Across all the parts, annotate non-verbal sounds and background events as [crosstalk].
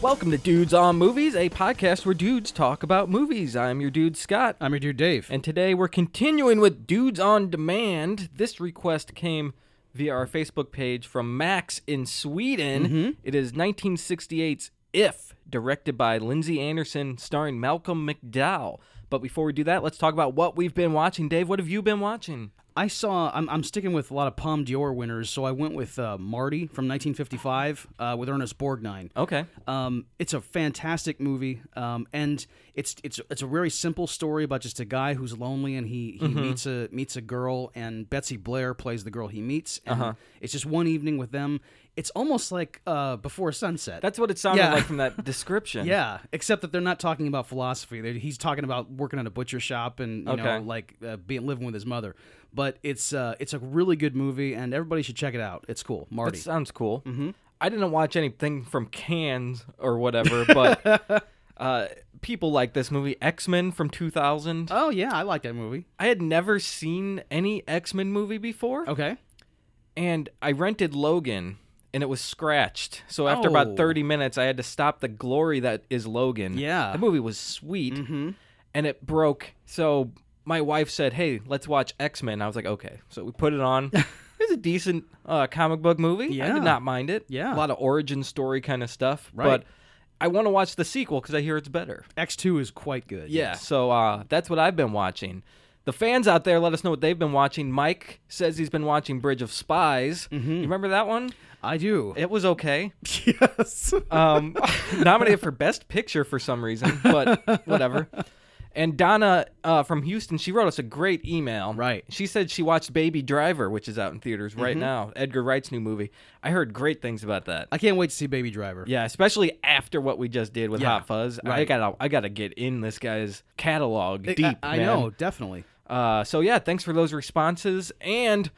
Welcome to Dudes on Movies, a podcast where dudes talk about movies. I'm your dude, Scott. I'm your dude, Dave. And today we're continuing with Dudes on Demand. This request came via our Facebook page from Max in Sweden. It is 1968's If, directed by Lindsay Anderson, starring Malcolm McDowell. But before we do that, let's talk about what we've been watching. Dave, what have you been watching? I saw. I'm, I'm sticking with a lot of Palme d'Or winners, so I went with uh, Marty from 1955 uh, with Ernest Borgnine. Okay. Um, it's a fantastic movie, um, and it's it's it's a very simple story about just a guy who's lonely and he, he meets a meets a girl, and Betsy Blair plays the girl he meets, and it's just one evening with them. It's almost like uh, Before Sunset. That's what it sounded Yeah. like from that description. Yeah, except that they're not talking about philosophy. They're, he's talking about working at a butcher shop and you Okay. know, like uh, being living with his mother. But it's uh, it's a really good movie, and everybody should check it out. It's cool, That Marty. sounds cool. Mm-hmm. I didn't watch anything from Cannes or whatever, but uh, people like this movie, X Men from 2000. Oh yeah, I like that movie. I had never seen any X Men movie before, Okay, and I rented Logan. And it was scratched. So after Oh. about 30 minutes, I had to stop the glory that is Logan. Yeah. Mm-hmm. The movie was sweet. And it broke. So my wife said, Hey, let's watch X Men. I was like, Okay. So we put it [laughs] on. it was a decent uh, comic book movie. I Yeah. did not mind it. Yeah. A lot of origin story kind of stuff. Right. But I want to watch the sequel because I hear it's better. X two is quite good. Yeah. So uh, that's what I've been watching. The fans out there, let us know what they've been watching. Mike says he's been watching Bridge of Spies. Mm-hmm. You remember that one? I do. It was okay. [laughs] yes. [laughs] Um, [laughs] nominated for Best Picture for some reason, [laughs] but whatever. And Donna uh, from Houston, she wrote us a great email. Right. Mm-hmm. She said she watched Baby Driver, which is out in theaters right now. Edgar Wright's new movie. I heard great things about that. I can't wait to see Baby Driver. Yeah, especially after what we just did with Yeah, Hot Fuzz. I right. gotta, I gotta get in this guy's catalog I- deep. I, I man. know, definitely. Uh, so yeah, thanks for those responses. And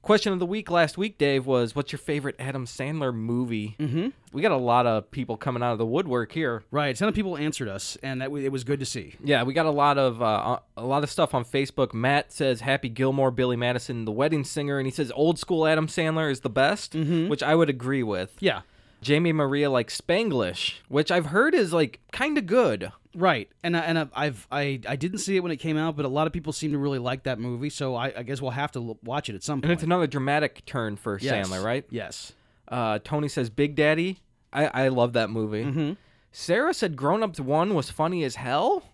question of the week last week, Dave, was what's your favorite Adam Sandler movie? Mm-hmm. We got a lot of people coming out of the woodwork here. Right, a ton of people answered us, and that w- it was good to see. Yeah, we got a lot of uh, a lot of stuff on Facebook. Matt says Happy Gilmore, Billy Madison, The Wedding Singer, and he says old school Adam Sandler is the best, which I would agree with. Yeah. Jamie Maria likes Spanglish, which I've heard is like kind of good. Right, and I, and I, I've I, I didn't see it when it came out, but a lot of people seem to really like that movie, so I, I guess we'll have to l- watch it at some And point. it's another dramatic turn for Yes. Sandler, right? Yes. Uh, Tony says Big Daddy. I, I love that movie. Mm-hmm. Sarah said Grown Ups 1 was funny as hell.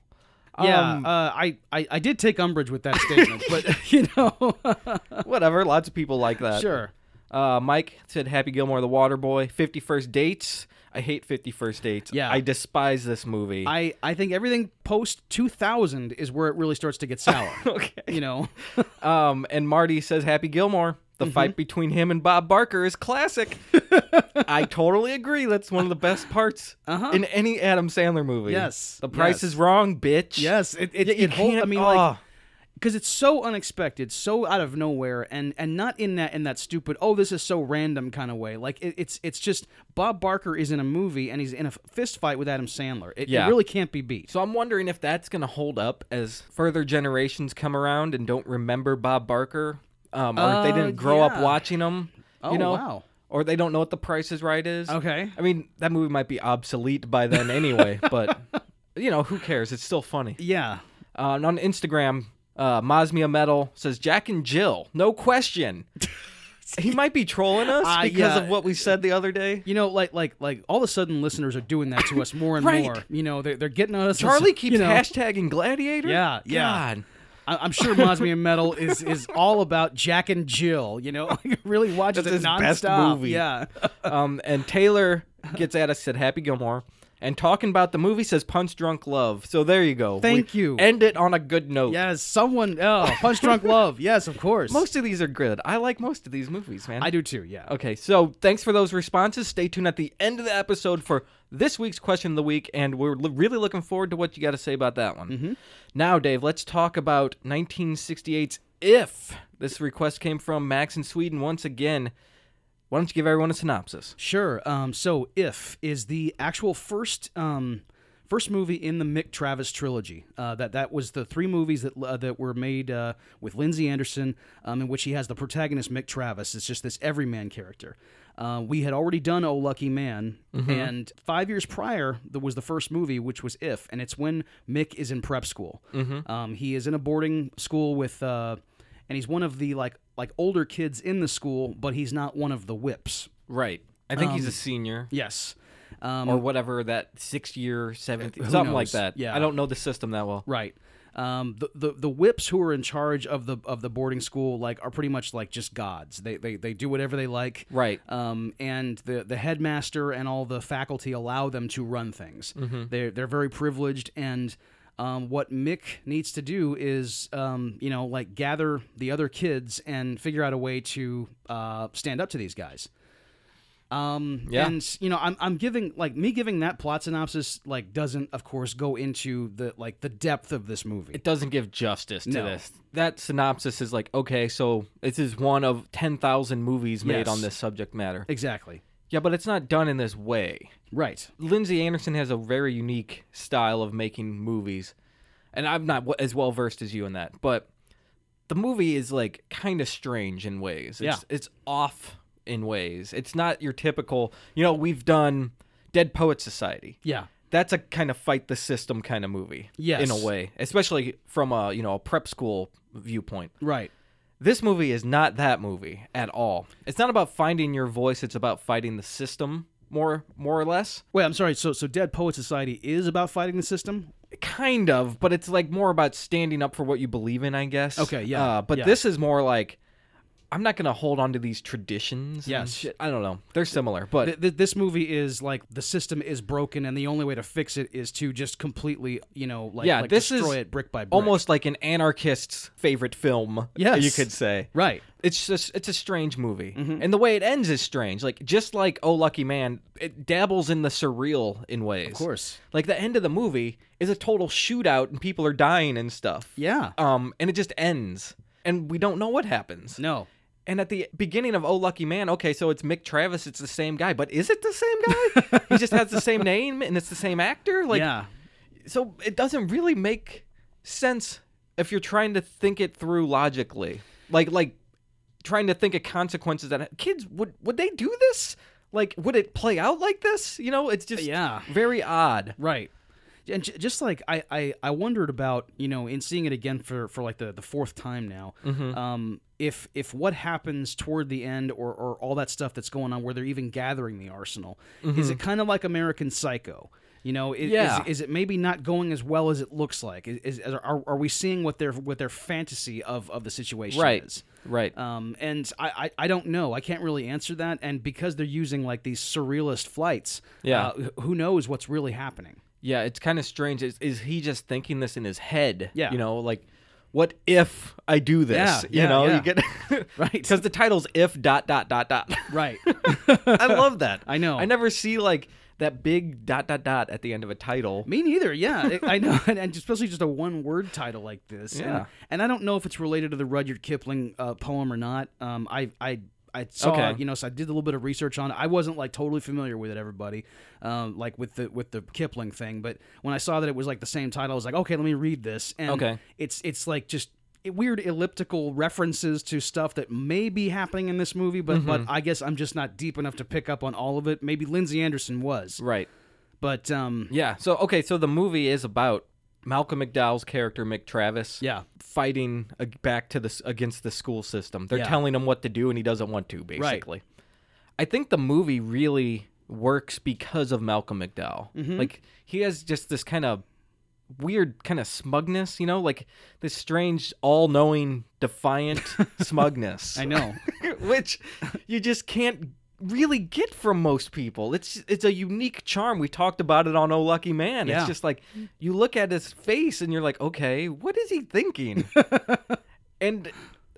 Yeah, Um, uh, I, I I did take umbrage with that statement, but [laughs] you [laughs] know, whatever. Lots of people like that. sure. Uh, Mike said Happy Gilmore, The Water Boy. 51st Dates. I hate 51st Dates. Yeah. I despise this movie. I [laughs] I think everything post two thousand is where it really starts to get sour. [laughs] Okay. You know, [laughs] Um, and Marty says Happy Gilmore. The Mm-hmm. fight between him and Bob Barker is [laughs] classic. I totally agree. That's one of the best parts in any Adam Sandler movie. Uh-huh. Yes, The price yes. is wrong, bitch. yes, it it, Yeah, you it hold, I can't- mean, like ah. because it's so unexpected, so out of nowhere, and and not in that in that stupid oh this is so random kind of way. Like it, it's it's just Bob Barker is in a movie and he's in a fist fight with Adam Sandler. It, it Yeah. really can't be beat. So I'm wondering if that's going to hold up as further generations come around and don't remember Bob Barker, um, or if they Uh, didn't grow up yeah. watching him. Oh, you know, wow. Or they don't know what The Price is Right is. Okay. I mean, that movie might be obsolete by then [laughs] anyway, but you know, who cares? It's still funny. yeah. Uh, and on Instagram, uh, Mosmia Metal says Jack and Jill, no [laughs] question. he might be trolling us Uh, because yeah. of what we said the other day. You know, like like like all of a sudden, listeners are doing that to us more and Right. more. You know, they're, they're getting us. [laughs] Charlie you keeps know. hashtagging Gladiator. Yeah, yeah. God. I, I'm sure Mosmium Metal is is all about Jack and Jill. You know, [laughs] like, really watches That's it his best nonstop. movie. Yeah, [laughs] um, and Taylor gets at us said Happy Gilmore, and talking about the movie says Punch Drunk Love. So there you go. Thank you. End it on a good note. yes. Someone, oh, Punch Drunk Love. Yes, of course. Most of these are good. I like most of these movies, man. I do too. Yeah. Okay, so thanks for those responses. Stay tuned at the end of the episode for this week's question of the week, and we're l- really looking forward to what you got to say about that one. Mm-hmm. Now, Dave, let's talk about 1968's If. This request came from Max in Sweden once again. Why don't you give everyone a synopsis? Sure. Um, so, if is the actual first um, first movie in the Mick Travis trilogy. Uh, that that was the three movies that uh, that were made uh, with Lindsay Anderson, um, in which he has the protagonist Mick Travis. It's just this everyman character. Uh, we had already done Oh Lucky Man, and five years prior there was the first movie, which was If, and it's when Mick is in prep school. Um, he is in a boarding school with. Uh, and he's one of the like like older kids in the school, but he's not one of the whips. Right. I think Um, he's a senior Yes. Um, or whatever that sixth year, seventh, something like knows? that. Yeah. I don't know the system that well. Right. Um, the, the the whips who are in charge of the of the boarding school like are pretty much like just gods. They they, they do whatever they like. Right. Um, and the the headmaster and all the faculty allow them to run things. They're they're very privileged and. Um, what Mick needs to do is, um, you know, like gather the other kids and figure out a way to uh, stand up to these guys. Um, Yeah. And you know, I'm I'm giving like me giving that plot synopsis like doesn't of course go into the like the depth of this movie. It doesn't give justice to No. this. That synopsis is like, okay, so this is one of 10,000 movies made Yes. on this subject matter. exactly. Yeah, but it's not done in this way. Right. Lindsay Anderson has a very unique style of making movies, and I'm not w- as well versed as you in that. But the movie is like kind of strange in ways. It's, Yeah. it's off in ways. It's not your typical. You know, we've done Dead Poet Society. Yeah. That's a kind of fight the system kind of movie. Yes. in a way, especially from a you know a prep school viewpoint. Right. This movie is not that movie at all. It's not about finding your voice. It's about fighting the system more more or less. Wait, I'm sorry. So so Dead Poet Society is about fighting the system. kind of, but it's like more about standing up for what you believe in, I guess. Okay, yeah, Uh, but yeah. this is more like I'm not gonna hold on to these traditions. and Yes. shit. I don't know. They're similar, but Th- th- this movie is like the system is broken, and the only way to fix it is to just completely, you know, like, Yeah, like this is destroy it brick by brick. almost like an anarchist's favorite film. Yes. you could say. Right. Mm-hmm. It's just it's a strange movie, and the way it ends is strange. Like just like Oh Lucky Man, it dabbles in the surreal in ways. Of course. Like the end of the movie is a total shootout, and people are dying and stuff. Yeah. Um, and it just ends, and we don't know what happens. No. And at the beginning of Oh Lucky Man, okay, so it's Mick Travis, it's the same guy, but is it the same [laughs] guy? he just has the same name and it's the same actor. Like, yeah. so it doesn't really make sense if you're trying to think it through logically. Like, like trying to think of consequences that kids would would they do this? Like, would it play out like this? You know, it's just Yeah. very odd. Right. And j- just like I, I, I wondered about you know in seeing it again for, for like the, the fourth time now, Mm-hmm. um, if if what happens toward the end or, or all that stuff that's going on where they're even gathering the arsenal, is it kind of like American Psycho? You know, i- is, Mm-hmm. Yeah. is, it maybe not going as well as it looks like? Is, is are, are we seeing what their what their fantasy of, of the situation is? Right. Um, and I, I, I don't know. I can't really answer that. And because they're using like these surrealist flights, Yeah. uh, wh- who knows what's really happening? Yeah, it's kind of strange. Is, is he just thinking this in his head? Yeah. You know, like, what if I do this? Yeah, you yeah, know, yeah. you get [laughs] Right. because the title's if dot dot dot [laughs] dot. Right. I love that. I know. I never see like that big dot dot dot at the end of a title. Me neither. Yeah, It- I know, [laughs] and, and especially just a one-word title like this. Yeah. And, and I don't know if it's related to the Rudyard Kipling uh, poem or not. Um, I, I, I saw, Okay. you know, so I did a little bit of research on it. I wasn't like totally familiar with it, everybody, um, like with the with the Kipling thing. But when I saw that it was like the same title, I was like, okay, let me read this. And Okay. it's it's like just weird elliptical references to stuff that may be happening in this movie, but Mm-hmm. but I guess I'm just not deep enough to pick up on all of it. Maybe Lindsay Anderson was, Right. but um, Yeah. So okay, so the movie is about Malcolm McDowell's character Mick Travis. yeah. Fighting ag- back to this against the school system. They're Yeah. telling him what to do, and he doesn't want to. Basically, I think the movie really works because of Malcolm McDowell. Mm-hmm. Like he has just this kind of weird kind of smugness, you know, like this strange, all-knowing, defiant [laughs] smugness. I know. [laughs] which you just can't really get from most people. It's it's a unique charm. We talked about it on Oh Lucky Man. Yeah. It's just like you look at his face and you're like, okay, what is he [laughs] thinking? and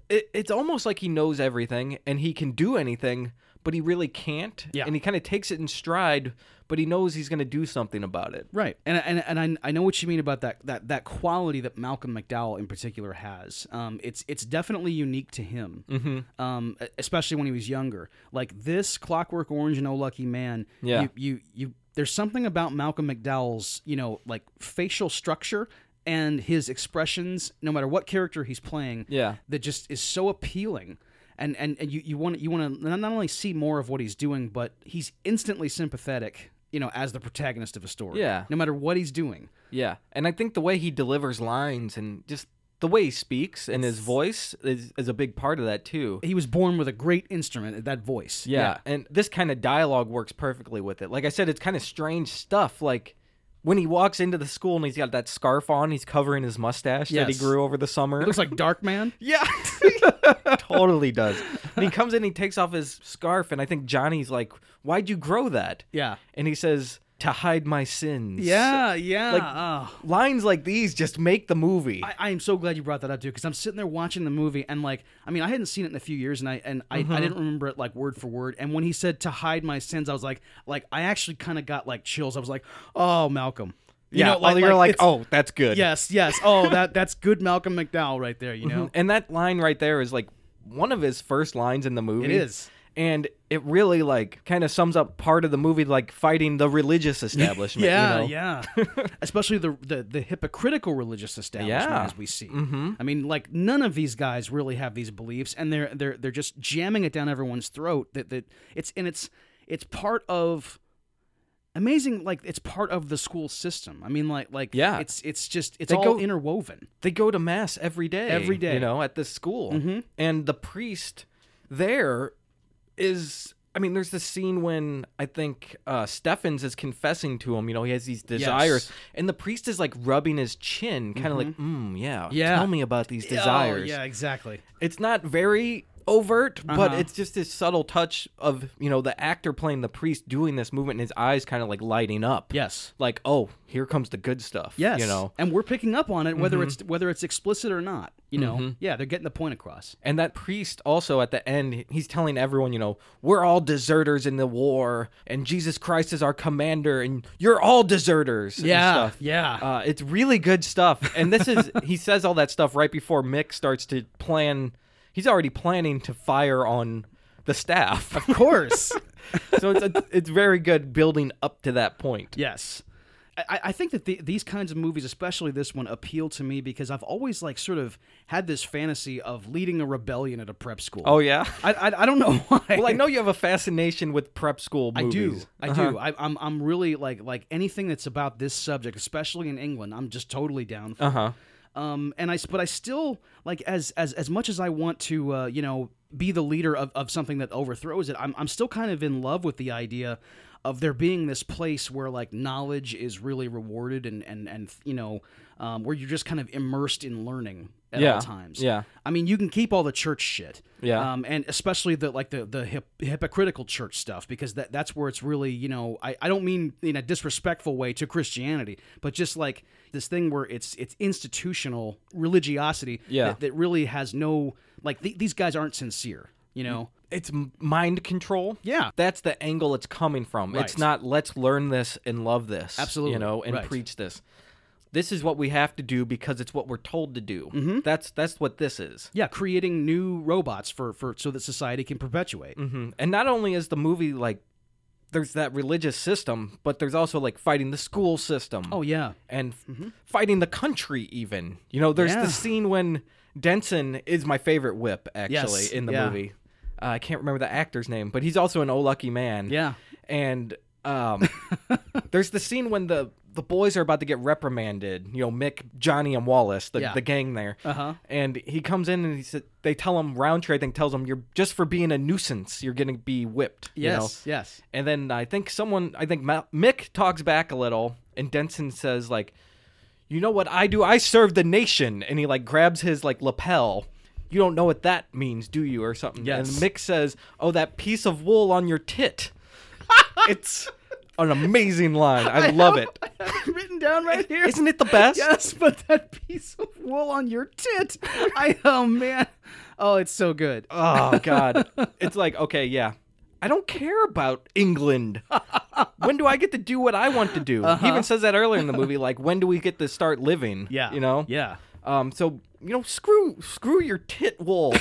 it, it's almost like he knows everything and he can do anything, but he really can't. Yeah. And he kind of takes it in stride, but he knows he's going to do something about it. Right, and and and I, I know what you mean about that that that quality that Malcolm McDowell in particular has. Um, it's it's definitely unique to him. Mm-hmm. Um, e- especially when he was younger. Like this Clockwork Orange and Oh Lucky Man. Yeah. you you, you there's something about Malcolm McDowell's, you know, like facial structure and his expressions, no matter what character he's playing, Yeah. that just is so appealing. And and, and you, you want you want to not only see more of what he's doing, but he's instantly sympathetic, you know, as the protagonist of a story. Yeah. No matter what he's doing. Yeah, and I think the way he delivers lines and just the way he speaks and his voice is, is a big part of that too. He was born with a great instrument, that voice. Yeah, and this kind of dialogue works perfectly with it. Like I said, it's kind of strange stuff. Like when he walks into the school and he's got that scarf on, he's covering his mustache that he Yes. grew over the summer. Looks like Dark Man. [laughs] yeah, [laughs] totally does. And [laughs] he comes in, he takes off his scarf, and I think Johnny's like, "Why'd you grow that?" Yeah. and he says, "To hide my sins." Yeah, yeah. Like- oh. lines like these just make the movie. I, I am so glad you brought that up too, because I'm sitting there watching the movie and like, I mean, I hadn't seen it in a few years, and I and Mm-hmm. I, I didn't remember it like word for word. And when he said to hide my sins, I was like, like I actually kind of got like chills. I was like, oh, Malcolm, you yeah, know, like, you're like, it's- oh, that's good. [laughs] yes, yes, oh, that that's good, Malcolm McDowell right there, you know. And that line right there is like one of his first lines in the movie. It is. And it really like kind of sums up part of the movie, like fighting the [laughs] religious establishment. you Yeah, know? [laughs] yeah. Especially the, the the hypocritical religious establishment Yeah. as we see. Mm-hmm. I mean, like none of these guys really have these beliefs, and they're they're they're just jamming it down everyone's throat. That that it's and it's it's part of amazing. Like it's part of the school system. I mean, like like Yeah. it's it's just it's They all go- interwoven. They go to mass every day. Every day. You know, at this school. Mhm. And the priest there is. I mean, there's this scene when I think uh, Steffens is confessing to him. You know, he has these desires, and the priest is like rubbing his chin, kind of like, mm, yeah, Mm-hmm. Yeah. tell me about these desires." Oh, yeah, exactly. it's not very overt, but Uh-huh. it's just this subtle touch of you know the actor playing the priest doing this movement, and his eyes kind of like lighting up. Yes. like oh, here comes the good stuff. Yes, you know, Mm-hmm. and we're picking up on it whether it's whether it's explicit or not. You know, yeah, they're getting the point across. and that priest also at the end, he's telling everyone, you know, we're all deserters in the war, and Jesus Christ is our commander, and you're all deserters. and stuff. yeah. Uh, it's really good stuff, and this is [laughs] he says all that stuff right before Mick starts to plan. He's already planning to fire on the staff. Of course. [laughs] so it's a, it's very good building up to that point. yes. I- I, I think that the, these kinds of movies, especially this one, appeal to me because I've always like sort of had this fantasy of leading a rebellion at a prep school. Oh yeah. I, I, I don't know [laughs] why. Well, I know you have a fascination with prep school I do. movies. Uh-huh. I do. I, I'm I'm really like like anything that's about this subject, especially in England. I'm just totally down. For. Uh huh. Um, and I s- but I still like as as as much as I want to uh, you know be the leader of, of something that overthrows it. I'm I'm still kind of in love with the idea of there being this place where like knowledge is really rewarded and and and you know um, where you're just kind of immersed in learning at Yeah. all times. Yeah. I mean, you can keep all the church shit. Yeah. Um, and especially the like the the hip, hypocritical church stuff because that that's where it's really you know I, I don't mean in a disrespectful way to Christianity, but just like this thing where it's it's institutional religiosity Yeah. that, that really has no like th- these guys aren't sincere. You Mm-hmm. know. It's m- mind control. Yeah. That's the angle it's coming from. It's Right. not let's learn this and love this. Absolutely. You know, and Right. preach this. This is what we have to do because it's what we're told to do. Mm-hmm. That's that's what this is. Yeah, creating new robots for, for so that society can perpetuate. hmm And not only is the movie like there's that religious system, but there's also like fighting the school system. Oh yeah, and f- fighting the country even you know there's Yeah. the scene when denson is my favorite whip actually Yes, in the yeah. movie uh, i can't remember the actor's name but he's also an oh lucky man yeah, and [laughs] um, there's the scene when the the boys are about to get reprimanded you know mick johnny and wallace the, Yeah. the gang there Uh-huh. and he comes in and he said they tell him roundtree i think tells him you're just for being a nuisance you're gonna be whipped you know? yes, yes. And then I think someone, I think Ma- Mick talks back a little, and Denson says like, "You know what I do? I serve the nation." And he like grabs his like lapel. You don't know what that means, do you, or something? Yes. And Mick says, "Oh, that piece of wool on your tit." it's an amazing line. I, love it. [laughs] I have it written [laughs] down right here. Isn't it the best? Yes, but that piece of wool on your tit. I oh man. Oh, it's so good. [laughs] Oh God. it's like okay, yeah. I don't care about England. when do I get to do what I want to do? Uh-huh. He even says that earlier in the movie. Like, when do we get to start living? Yeah. you know. Yeah. Um, so you know, screw screw your tit wool.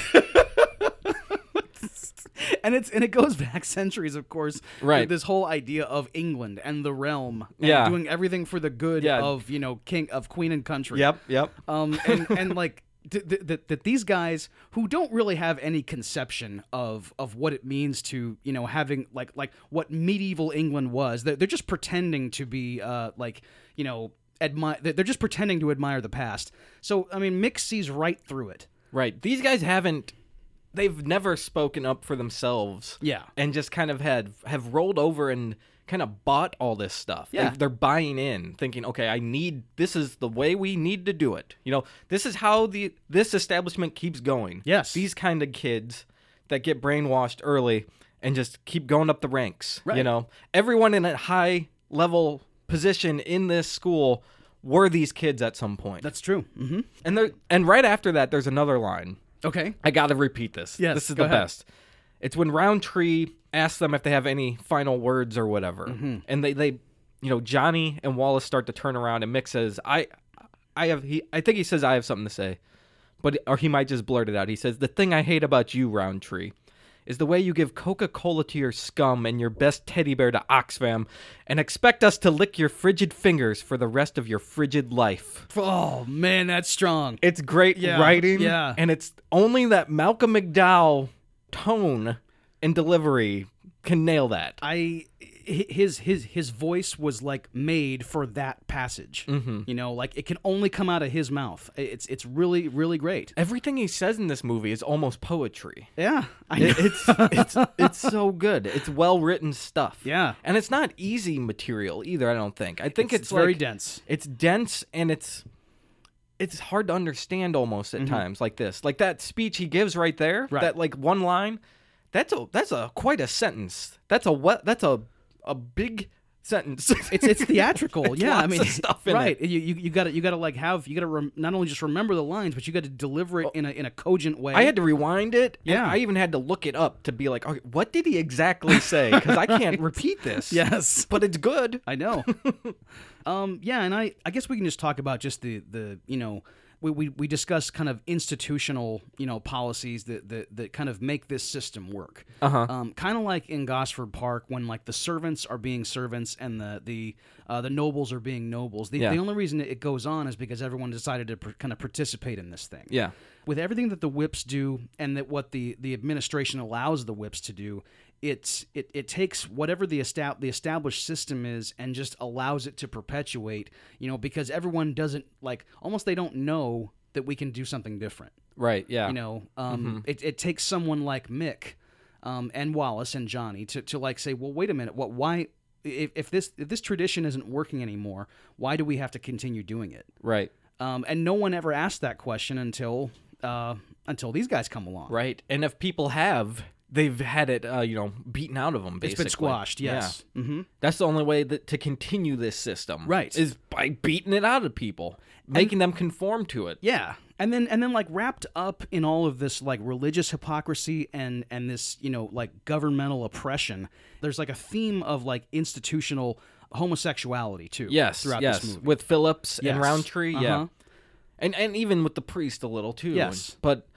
and it's and it goes back [laughs] centuries, of course. Right. This whole idea of England and the realm, and Yeah. doing everything for the good Yeah. of you know king of queen and [laughs] country. Yep, yep. [laughs] Um, and, and like th- th- th- that these guys who don't really have any conception of of what it means to you know having like like what medieval England was. They're, they're just pretending to be uh like you know admire. They're just pretending to admire the past. So I mean, Mick sees right through it. Right. These guys haven't they've never spoken up for themselves. Yeah. And just kind of had have rolled over and kind of bought all this stuff. Yeah. They, are buying in, thinking, "Okay, I need this is the way we need to do it." You know, this is how the this establishment keeps going. Yes. These kind of kids that get brainwashed early and just keep going up the ranks, you Right. know. Everyone in a high level position in this school were these kids at some point. That's true. Mm-hmm. and there and right after that there's another line Okay. I gotta repeat this. Yes, this is go the ahead. best. It's when Roundtree asks them if they have any final words or whatever, Mm-hmm. and they they, you know, Johnny and Wallace start to turn around, and Mick says, "I, I have he, I think he says I have something to say, but or he might just blurt it out. He says, "The thing I hate about you, Roundtree." Is the way you give Coca Cola to your scum and your best teddy bear to Oxfam, and expect us to lick your frigid fingers for the rest of your frigid life. Oh man, that's strong. It's great Yeah, writing. yeah. And it's only that Malcolm McDowell tone and delivery can nail that. I hi- his his his voice was like made for that passage. You know, like it can only come out of his mouth. It's it's really really great. Everything he says in this movie is almost [laughs] poetry. Yeah, I know. It- It's [laughs] it's it's so good. It's well written stuff. Yeah. and it's not easy material either. I don't think. I think it's, it's very like- dense. It's dense and it's it's hard to understand almost at times like this. Like that speech he gives right there, Mm-hmm. Right. that like one line, that's a that's a quite a sentence. That's a what that's a a big sentence. [laughs] It's it's theatrical. yeah, I lots mean of stuff in right. You you you got to you got to like have you got to rem- not only just remember the lines, but you got to deliver it in a in a cogent way. Oh. I had to rewind it. and Yeah. I even had to look it up to be like, okay, what did he exactly say? Because I [laughs] can't repeat this. yes. But it's good. I know. um, yeah, and I, I guess we can just talk about just the, the you know, we, we, we discussed kind of institutional, you know, policies that, that, that kind of make this system work. Uh-huh. Um, kind of like in Gosford Park when, like, the servants are being servants and the the, uh, the nobles are being nobles. The, Yeah. the only reason it goes on is because everyone decided to pr- kind of participate in this thing Yeah. with everything that the whips do and that what the, the administration allows the whips to do it's it, it takes whatever the estab- the established system is and just allows it to perpetuate you know because everyone doesn't like almost they don't know that we can do something different Right. Yeah. you know um, it, it takes someone like mick um, and wallace and johnny to, to like say well wait a minute what why if, if this if this tradition isn't working anymore why do we have to continue doing it Right. um, and no one ever asked that question until uh, until these guys come along. Right. And if people have, they've had it, uh, you know, beaten out of them. Basically. It's been squashed. Yeah. Yes. Mm-hmm. That's the only way that to continue this system, Right. Is by beating it out of people, making them conform to it. Yeah. And then and then like wrapped up in all of this like religious hypocrisy and and this you know like governmental oppression. There's like a theme of like institutional homosexuality too. Yes, Throughout yes, this movie. with Phillips and Yes. Roundtree, yeah, Uh-huh. and and even with the priest a little too. Yes. but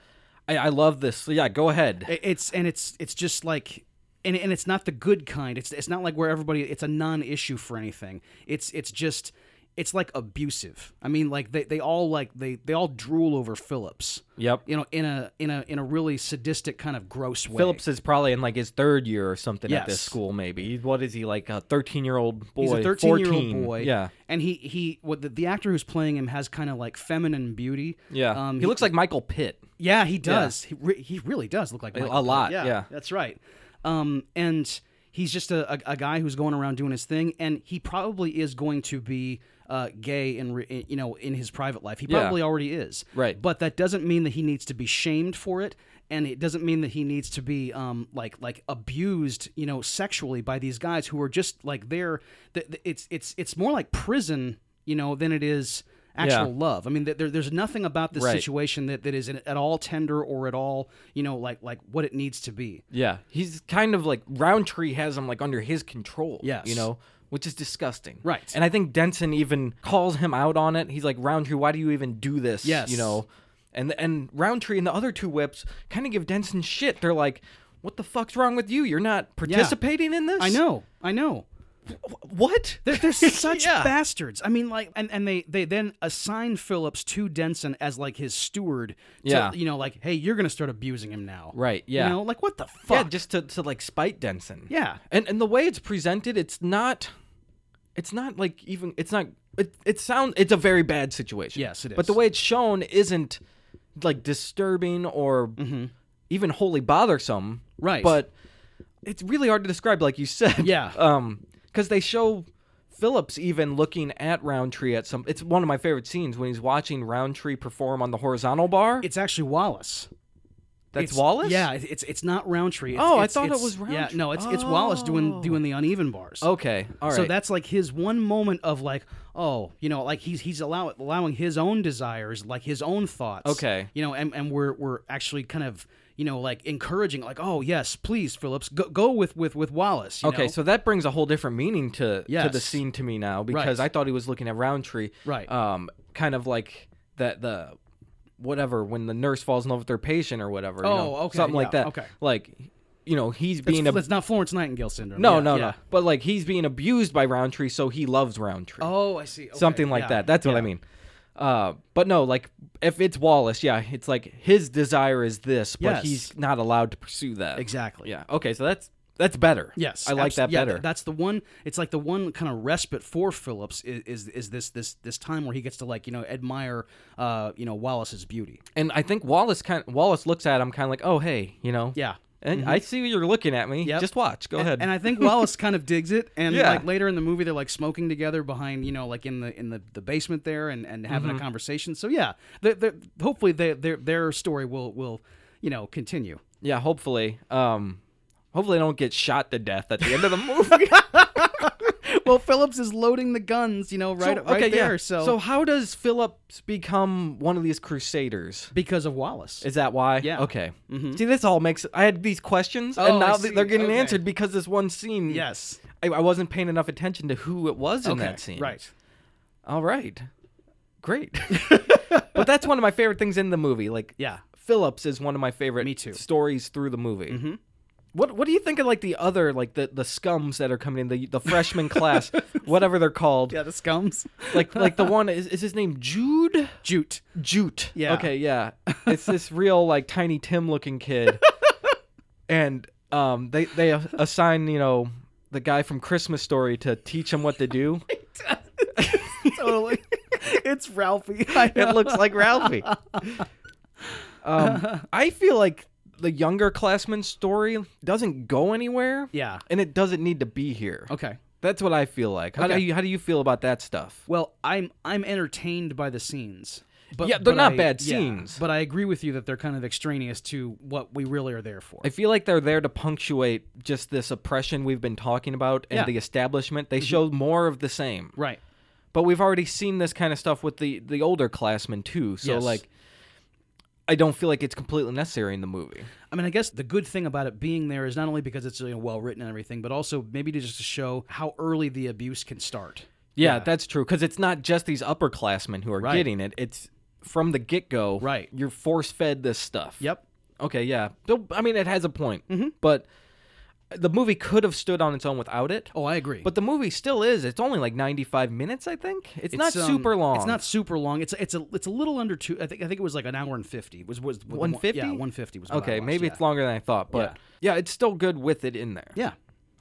I, I love this. So, yeah, go ahead. I- It's and it's it's just like. And, and it's not the good kind. It's it's not like where everybody. It's a non-issue for anything. It's it's just it's like abusive. I mean, like they, they all like they they all drool over Phillips. yep, you know in a in a in a really sadistic kind of gross way Phillips is probably in like his third year or something at this Yes. school. Maybe He's- what is he like a thirteen year old boy? he's a 13 year 14. old boy Yeah, and he he what the, the actor who's playing him has kind of like feminine beauty yeah. um he, looks like Michael Pitt. yeah he does he, re- he really does look like Michael Caine. lot, yeah. that's right um and he's just a, a, a guy who's going around doing his thing and he probably is going to be uh, gay in, re- in- you know in his private life he Yeah. probably already is Right. but that doesn't mean that he needs to be shamed for it and it doesn't mean that he needs to be um, like like abused you know sexually by these guys who are just like there th- th- it's it's it's more like prison you know than it is actual love i mean th- there, there's nothing about this Right. situation that, that is at all tender or at all you know like like what it needs to be Yeah, he's kind of like Roundtree has him like under his control. Yes. you know, which is disgusting. Right. and I think Denson even calls him out on it. He's like, Roundtree, why do you even do this? Yes. you know, and and Roundtree and the other two whips kind of give Denson shit. They're like. what the fuck's wrong with you? You're not participating in this? I know, I know. Wh- What? They're, [laughs] they're such Yeah. bastards. I mean, like, and, and they they then assign Phillips to Denson as like his steward. To, Yeah. you know, like, hey, you're gonna start abusing him now. Right, You yeah. know, like what the Yeah, fuck? just to, to like spite Denson. Yeah. And and the way it's presented, it's not it's not like even it's not it it sound it's a very bad situation. Yes, it But the is. way it's shown isn't like disturbing or even wholly bothersome. Mm-hmm. Right. But it's really hard to describe like you said. Yeah. [laughs] Um cuz they show Phillips even looking at Roundtree at some it's one of my favorite scenes when he's watching Roundtree perform on the horizontal bar. It's actually Wallace. That's It's- Wallace? Yeah, it- it's it's not Roundtree. It's, Oh, I it's- thought it it's- was Yeah, Roundtree. Oh. no, it's it's Wallace doing doing the uneven bars. Okay. All right. So that's like his one moment of like, oh, you know, like he's he's allow, allowing his own desires, like his own thoughts. Okay. You know, and, and we're we're actually kind of you know like encouraging, like, oh yes, please, Phillips, go, go with with with Wallace. you Okay, know? so that brings a whole different meaning to to the Yes. scene to me now because Right. I thought he was looking at Roundtree, Right. Um, kind of like that the whatever when the nurse falls in love with their patient or whatever. you Oh, know, okay, something like yeah, that. okay. like you know he's That's- being a that's not Florence Nightingale syndrome. no Yeah, no yeah. no, but like he's being abused by Roundtree, so he loves Roundtree, Oh, I see. Okay, something like yeah, that. That's what I yeah. mean. Uh, but no, like if it's Wallace, yeah, it's like his desire is this, but Yes. he's not allowed to pursue that. Exactly. Yeah. Okay, so that's that's better. Yes, I like abso- that yeah, better. th- that's the one. It's like the one kind of respite for Phillips is, is is this this this time where he gets to like you know admire uh you know Wallace's beauty. and I think Wallace kind Wallace looks at him kind of like, "Oh, hey, you know, Yeah. Mm-hmm. and I see you're looking at me. Yep. Just watch. Go A- ahead." And I think Wallace kind of digs it. And Yeah. like later in the movie, they're like smoking together behind, you know, like in the in the, the basement there and, and having Mm-hmm. a conversation. So yeah, they're, they're, hopefully they, their their story will will you know continue. [laughs] yeah, hopefully, um, hopefully I don't get shot to death at the [laughs] end of the movie. well, Phillips is loading the guns, you know, right So- right there. yeah. So, how does Phillips become one of these crusaders? because of Wallace, Is that why? Yeah. Mm-hmm. Okay. See, this all makes. I had these questions, Oh, and I now see. they're getting Okay. answered because this one scene. yes, I, I wasn't paying enough attention to who it was in that scene. right. All right. Great. [laughs] but that's one of my favorite things in the movie. Like, Yeah. Phillips is one of my favorite Me too. Mm-hmm. stories through the movie. What What do you think of like the other like the, the scums that are coming in the the [laughs] freshman class, whatever they're called? Yeah, the scums. Like like the one is is his name Jude [laughs] Jute. [laughs] Jute. Yeah. Okay. Yeah. It's this real like Tiny Tim looking kid, [laughs] and um they they assign you know the guy from Christmas Story to teach him what to do. [laughs] totally. it's Ralphie. [laughs] I it know. looks like Ralphie. [laughs] Um, I feel like the younger classman story doesn't go anywhere. Yeah. And it doesn't need to be here. Okay. That's what I feel like. How do Okay. you how do you feel about that stuff? Well, I'm I'm entertained by the scenes. But, Yeah, they're but not I- bad yeah, scenes. but I agree with you that they're kind of extraneous to what we really are there for. I feel like they're there to punctuate just this oppression we've been talking about and Yeah. the establishment. They show more of the same. right. But we've already seen this kind of stuff with the the older classmen too. So Yes. like I don't feel like it's completely necessary in the movie. I mean, I guess the good thing about it being there is not only because it's you know, well written and everything, but also maybe to just to show how early the abuse can start. Yeah, that's true. Because it's not just these upperclassmen who are getting it. It's from the get go. Right. You're force fed this stuff. Yep. Mm-hmm. Okay. Yeah. So, I mean, it has a point. But the movie could have stood on its own without it. Oh, I agree. But the movie still is. It's only like 95 minutes, I think. It's, not It's, um, super long. It's not super long. It's it's a it's a little under two. I think I think it was like an hour and fifty. Was was was the one- 150? Yeah, one fifty was. What I Okay. watched, Maybe yeah. it's longer than I thought. But yeah. it's still good with it in there. Yeah.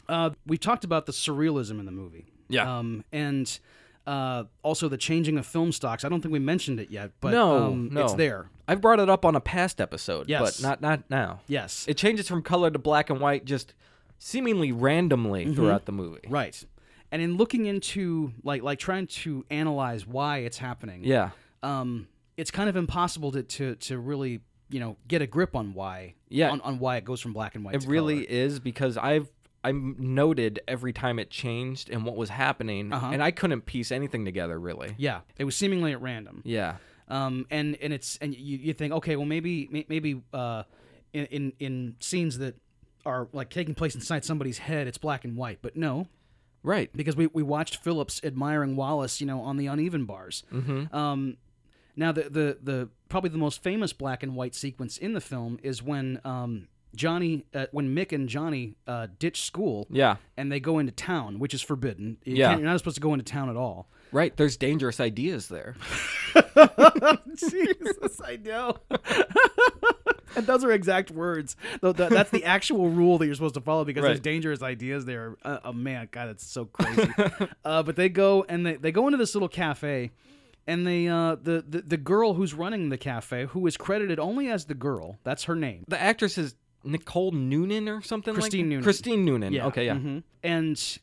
Uh, we talked about the surrealism in the movie. Yeah. Um, and uh, also the changing of film stocks. I don't think we mentioned it yet, but No, um, no. it's there. I've brought it up on a past episode, Yes. but not not now. Yes. It changes from color to black and white just seemingly randomly throughout the movie. Mm-hmm. right. And in looking into like like trying to analyze why it's happening, Yeah. um, it's kind of impossible to, to to really you know get a grip on why Yeah. on, on why it goes from black and white. It to really color. is because I've I noted every time it changed and what was happening, Uh-huh. and I couldn't piece anything together really. yeah. It was seemingly at random. Yeah, um, and and it's and you, you think okay well maybe may- maybe uh, in, in in scenes that are like taking place inside somebody's head it's black and white but no right. because we, we watched Phillips admiring Wallace you know on the uneven bars mm-hmm. um, now the, the the probably the most famous black and white sequence in the film is when um, Johnny, uh, when Mick and Johnny uh, ditch school, Yeah. and they go into town, which is forbidden. You Yeah. can't- you're not supposed to go into town at all. Right. There's dangerous ideas there. [laughs] Jesus, I know. and those are exact words. Though tha- that's the actual rule that you're supposed to follow because there's Right. dangerous ideas there. Uh, oh man, God, that's so crazy. uh, but they go and they, they go into this little cafe, and they uh, the, the the girl who's running the cafe, who is credited only as the girl, that's her name. The actress is Nicole Noonan or something like Christine Noonan. Christine Noonan. Okay, yeah. Mhm. And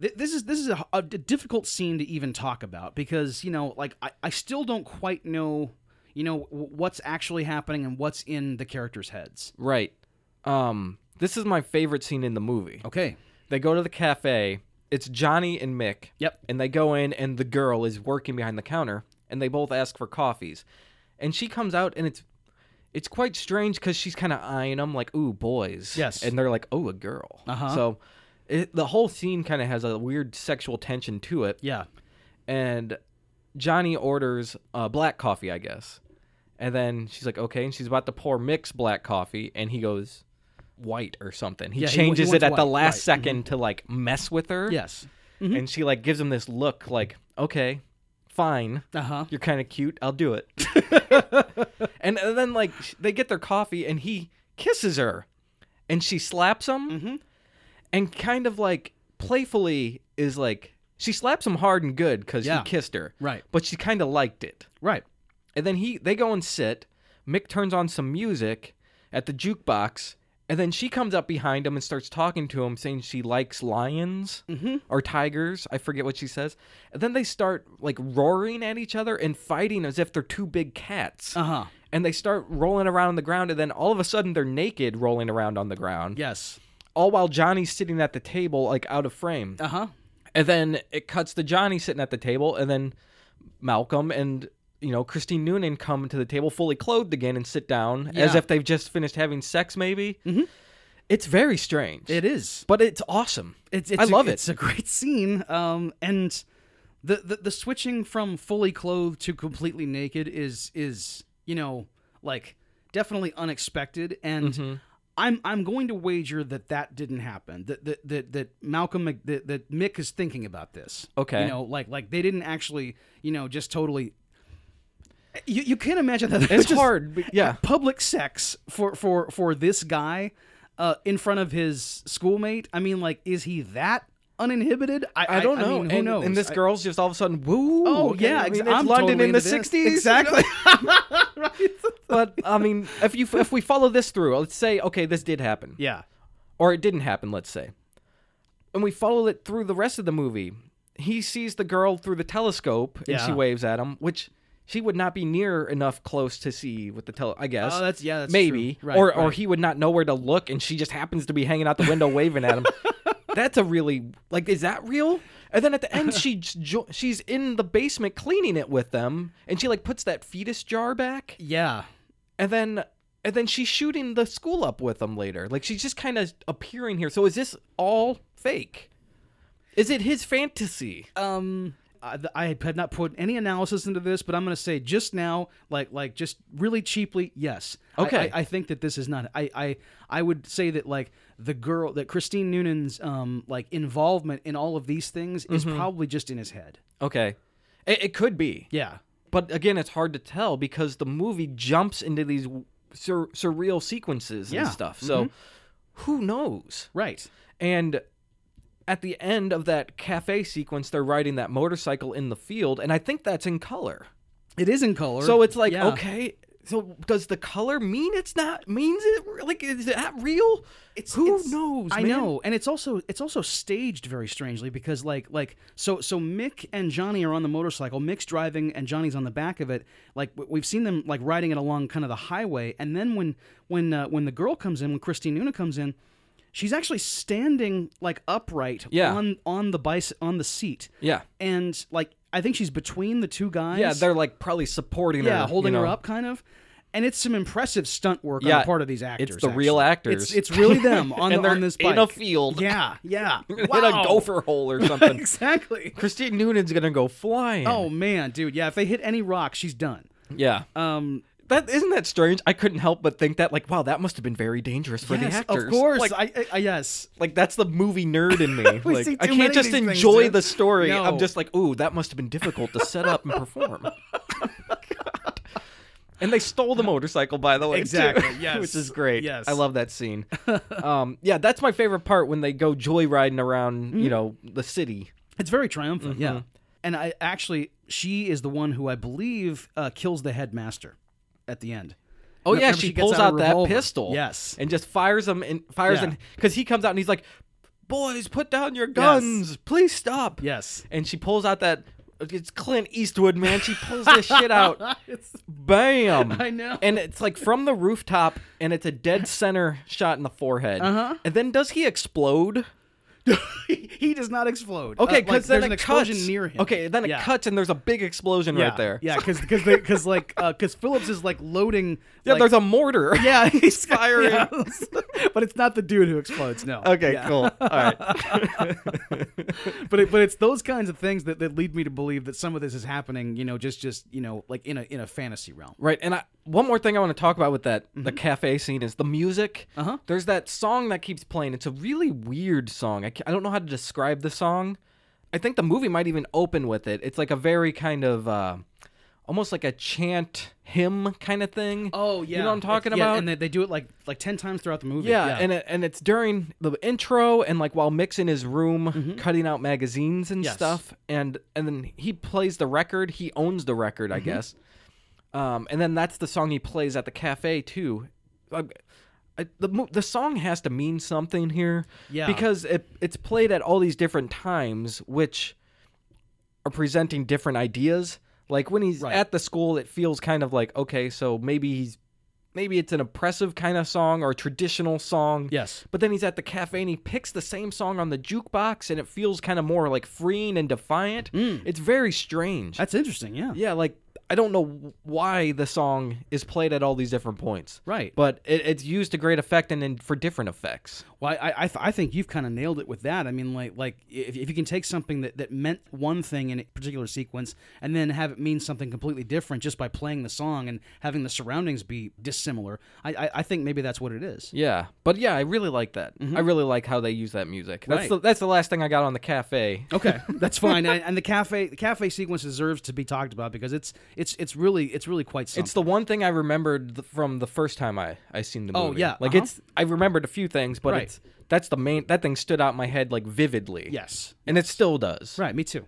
th- this is this is a, a d- difficult scene to even talk about because you know, like I, I still don't quite know, you know, w- what's actually happening and what's in the characters' heads. Right. Um this is my favorite scene in the movie. Okay. They go to the cafe. It's Johnny and Mick. Yep. And they go in and the girl is working behind the counter and they both ask for coffees. And she comes out and it's it's quite strange cuz she's kind of eyeing them like, "Ooh, boys." Yes. And they're like, "Oh, a girl." Uh-huh. So it, the whole scene kind of has a weird sexual tension to it. Yeah. and Johnny orders uh, black coffee, I guess. And then she's like, okay, and she's about to pour Mick's black coffee, and he goes white or something. He Yeah, he wa- he changes it wants at the white, last right, Mm-hmm. 2nd to like mess with her. Yes. and she like gives him this look, like, okay, fine, Uh huh. you're kind of cute, I'll do it. and, and then like sh- they get their coffee, and he kisses her, and she slaps him, and kind of like playfully is like she slaps him hard and good because Yeah. he kissed her Right. but she kind of liked it. Right. And then he they go and sit. Mick turns on some music at the jukebox, and then she comes up behind him and starts talking to him, saying she likes lions or tigers. I forget what she says. And then they start like roaring at each other and fighting as if they're two big cats. Uh huh. And they start rolling around on the ground, and then all of a sudden they're naked rolling around on the ground, Yes. all while Johnny's sitting at the table, like out of frame. Uh huh. And then it cuts to Johnny sitting at the table, and then Malcolm and you know Christine Noonan come to the table fully clothed again and sit down as Yeah. Mm-hmm. if they've just finished having sex. Maybe it's very strange, It is. but it's awesome. It's, it's I love a, it. It's a great scene. Um, and the, the the switching from fully clothed to completely naked is is you know like definitely unexpected. And Mm-hmm. I'm I'm going to wager that that didn't happen. That that that, that Malcolm Mc- that, that Mick is thinking about this. Okay. you know, like like they didn't actually you know just totally. You, you can't imagine that. It's hard, but yeah. [laughs] public sex for for for this guy uh in front of his schoolmate i mean like is he that uninhibited i, I don't know. mean, who and, knows and this I- girl's just all of a sudden, woo. oh okay, yeah I mean, exa- it's I'm London totally in the into this. '60s. [laughs] [laughs] exactly but I mean, if you if we follow this through, let's say okay, this did happen. yeah or it didn't happen, let's say. And we follow it through the rest of the movie. He sees the girl through the telescope and Yeah. she waves at him, which she would not be near enough close to see with the tele I guess. Oh, that's- yeah, that's maybe. true. Right, or or right. he would not know where to look and she just happens to be hanging out the window waving [laughs] at him. That's a really like is that real? And then at the end she j- jo- she's in the basement cleaning it with them and she like puts that fetus jar back yeah and then and then she's shooting the school up with them later. Like she's just kind of appearing here. So is this all fake? Is it his fantasy? um I, th- I had not put any analysis into this, but I'm going to say just now, like like just really cheaply, yes. I- Okay. I, I think that this is not. I, I I would say that like the girl that Christine Noonan's um like involvement in all of these things is Mm-hmm. probably just in his head. Okay, it, it could be, Yeah. but again, it's hard to tell because the movie jumps into these sur- surreal sequences and Yeah. stuff. So who knows? Right. And at the end of that cafe sequence, they're riding that motorcycle in the field, and I think that's in color. It is in color. So it's like, yeah. okay, so does the color mean it's not means it like is that real? It's who It's- knows? I man? know, and it's also it's also staged very strangely because like like so so Mick and Johnny are on the motorcycle. Mick's driving and Johnny's on the back of it. Like w- we've seen them like riding it along kind of the highway, and then when when uh, when the girl comes in, when Christine Nuna comes in, she's actually standing like upright Yeah. on on the bice on the seat. Yeah, and like I think she's between the two guys. yeah, they're like probably supporting her, yeah, holding you her know? up, kind of. And it's some impressive stunt work on Yeah, the part of these actors. the real actually. actors. It's, it's [laughs] really them on, And the- they're on this bike. in a field. Yeah, yeah. [laughs] [laughs] in a Wow. [laughs] gopher hole [laughs] or something. exactly. Christine Noonan's gonna go flying. Oh man, dude. Yeah, if they hit any rock, she's done. yeah. Um, that isn't that strange. I couldn't help but think that, like, wow, that must have been very dangerous for Yes, the actors. Of course. like, I, I, I yes. like, that's the movie nerd in me. [laughs] We like, see I too many can't of just these things, enjoy dude. the story. No. I'm just like, ooh, that must have been difficult to set up and perform. [laughs] [laughs] And they stole the motorcycle, by the way, too, Exactly, [laughs] yes. which is great. Yes. I love that [laughs] scene. um, yeah, that's my favorite part when they go joyriding around, Mm-hmm. you know, the city. It's very triumphant. Yeah. Mm-hmm. And I actually, she is the one who I believe uh, kills the headmaster at the end. Oh Remember, yeah, she, gets pulls a out, that revolver. pistol. Yes. and just fires him and fires Yeah. him because he comes out and he's like, "Boys, put down your guns, please stop." Yes. [laughs] and she pulls out that it's Clint Eastwood, man. She pulls this shit [laughs] out, bam. I know. and it's like from the rooftop, and it's a [laughs] dead center shot in the forehead. Uh-huh. And then does he explode? he does not explode. Okay, Uh, like, because then there's it an explosion cuts. near him. Okay, then it Yeah. cuts, and there's a big explosion yeah. right there. Yeah, because because like because Phillips is like loading. yeah. like- there's a mortar. [laughs] yeah, [laughs] he's firing. but it's not the dude who explodes. No. Okay, Yeah. cool. All right. but it, but it's those kinds of things that, that lead me to believe that some of this is happening. You know, just just you know, like in a in a fantasy realm. Right, and I, one more thing I want to talk about with that the Mm-hmm. cafe scene is the music. Uh-huh. There's that song that keeps playing. It's a really weird song. I, ca- I don't know how to describe the song. I think the movie might even open with it. It's like a very kind of uh, almost like a chant hymn kind of thing. you know what I'm talking It's- Oh, yeah, about. and they, they do it like like ten times throughout the movie. yeah, and it, and it's during the intro and like while Mick's in his room cutting out magazines and Mm-hmm. Yes. stuff, and and then he plays the record. He owns the record, Mm-hmm. I guess. Um, and then that's the song he plays at the cafe too. I, I, the mo- the song has to mean something here, Yeah. because it it's played at all these different times, which are presenting different ideas. Like when he's Right. at the school, it feels kind of like okay, so maybe he's maybe it's an oppressive kind of song or a traditional song. yes, But then he's at the cafe and he picks the same song on the jukebox, and it feels kind of more like freeing and defiant. Mm. It's very strange. that's interesting. Yeah, yeah, like I don't know why the song is played at all these different points. right. But it, it's used to great effect and then for different effects. Well, I, I, I think you've kind of nailed it with that. I mean, like, like if, if you can take something that, that meant one thing in a particular sequence and then have it mean something completely different just by playing the song and having the surroundings be dissimilar, I, I, I think maybe that's what it is. Yeah, but yeah, I really like that. I really like how they use that music. That's Mm-hmm. Right. the that's the last thing I got on the cafe. Okay, [laughs] that's fine. and, and the cafe the cafe sequence deserves to be talked about because it's it's it's really it's really quite something. It's the one thing I remembered th- from the first time I I seen the Oh, movie. yeah, like uh-huh. it's I remembered a few things, but Right. it's that's the main that thing stood out in my head like vividly. yes, and it still does. Right, me too.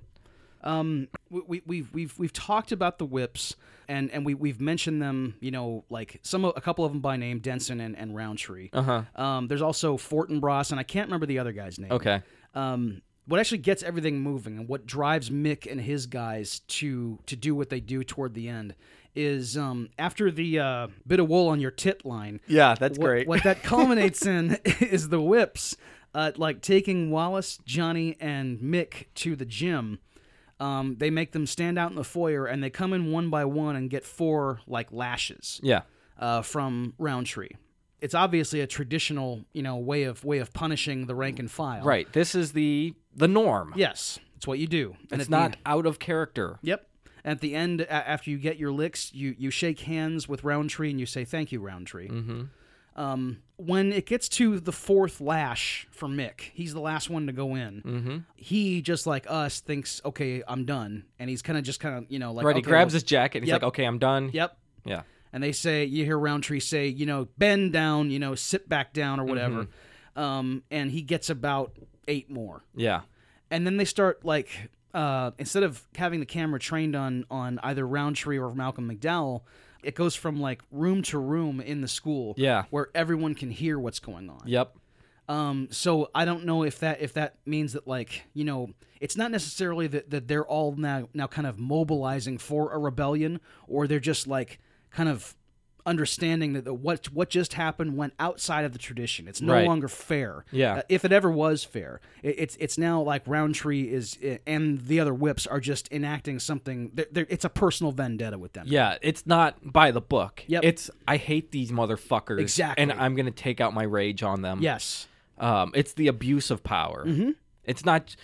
Um, we, we, we've we've we've talked about the whips, and and we we've mentioned them. You know, like some a couple of them by name, Denson and and Roundtree. Uh huh. Um, there's also Fortinbras, and I can't remember the other guy's name. Okay. Um, what actually gets everything moving and what drives Mick and his guys to to do what they do toward the end is um, after the uh, bit of wool on your tit line. Yeah, that's What, great. [laughs] what that culminates in [laughs] is the whips, uh, like taking Wallace, Johnny, and Mick to the gym. Um, they make them stand out in the foyer, and they come in one by one and get four like lashes Yeah. uh, from Roundtree. It's obviously a traditional, you know, way of way of punishing the rank and file. Right. This is the the norm. Yes, it's what you do. And It's at the- not out of character. Yep. At the end, a- after you get your licks, you, you shake hands with Roundtree and you say, Thank you, Roundtree. Mm-hmm. Um, when it gets to the fourth lash for Mick, he's the last one to go in. Mm-hmm. He, just like us, thinks, Okay, I'm done. And he's kind of just kind of, you know, like. Right. he "Okay, grabs well- his jacket. and He's Yep. like, "Okay, I'm done." Yep. Yeah. And they say, You hear Roundtree say, you know, bend down, you know, sit back down or whatever. Mm-hmm. Um, and he gets about eight more Yeah. and then they start like uh, instead of having the camera trained on on either Roundtree or Malcolm McDowell, it goes from like room to room in the school, Yeah. where everyone can hear what's going on. Yep. Um, so I don't know if that if that means that like you know it's not necessarily that that they're all now now kind of mobilizing for a rebellion, or they're just like kind of understanding that the, what what just happened went outside of the tradition. It's no Right. longer fair. Yeah. Uh, if it ever was fair, it, it's it's now like Roundtree is and the other whips are just enacting something. They're, they're, it's a personal vendetta with them. Yeah. It's not by the book. Yep. It's I hate these motherfuckers. Exactly. And I'm gonna take out my rage on them. Yes. Mm-hmm. Um, it's the abuse of power. It's not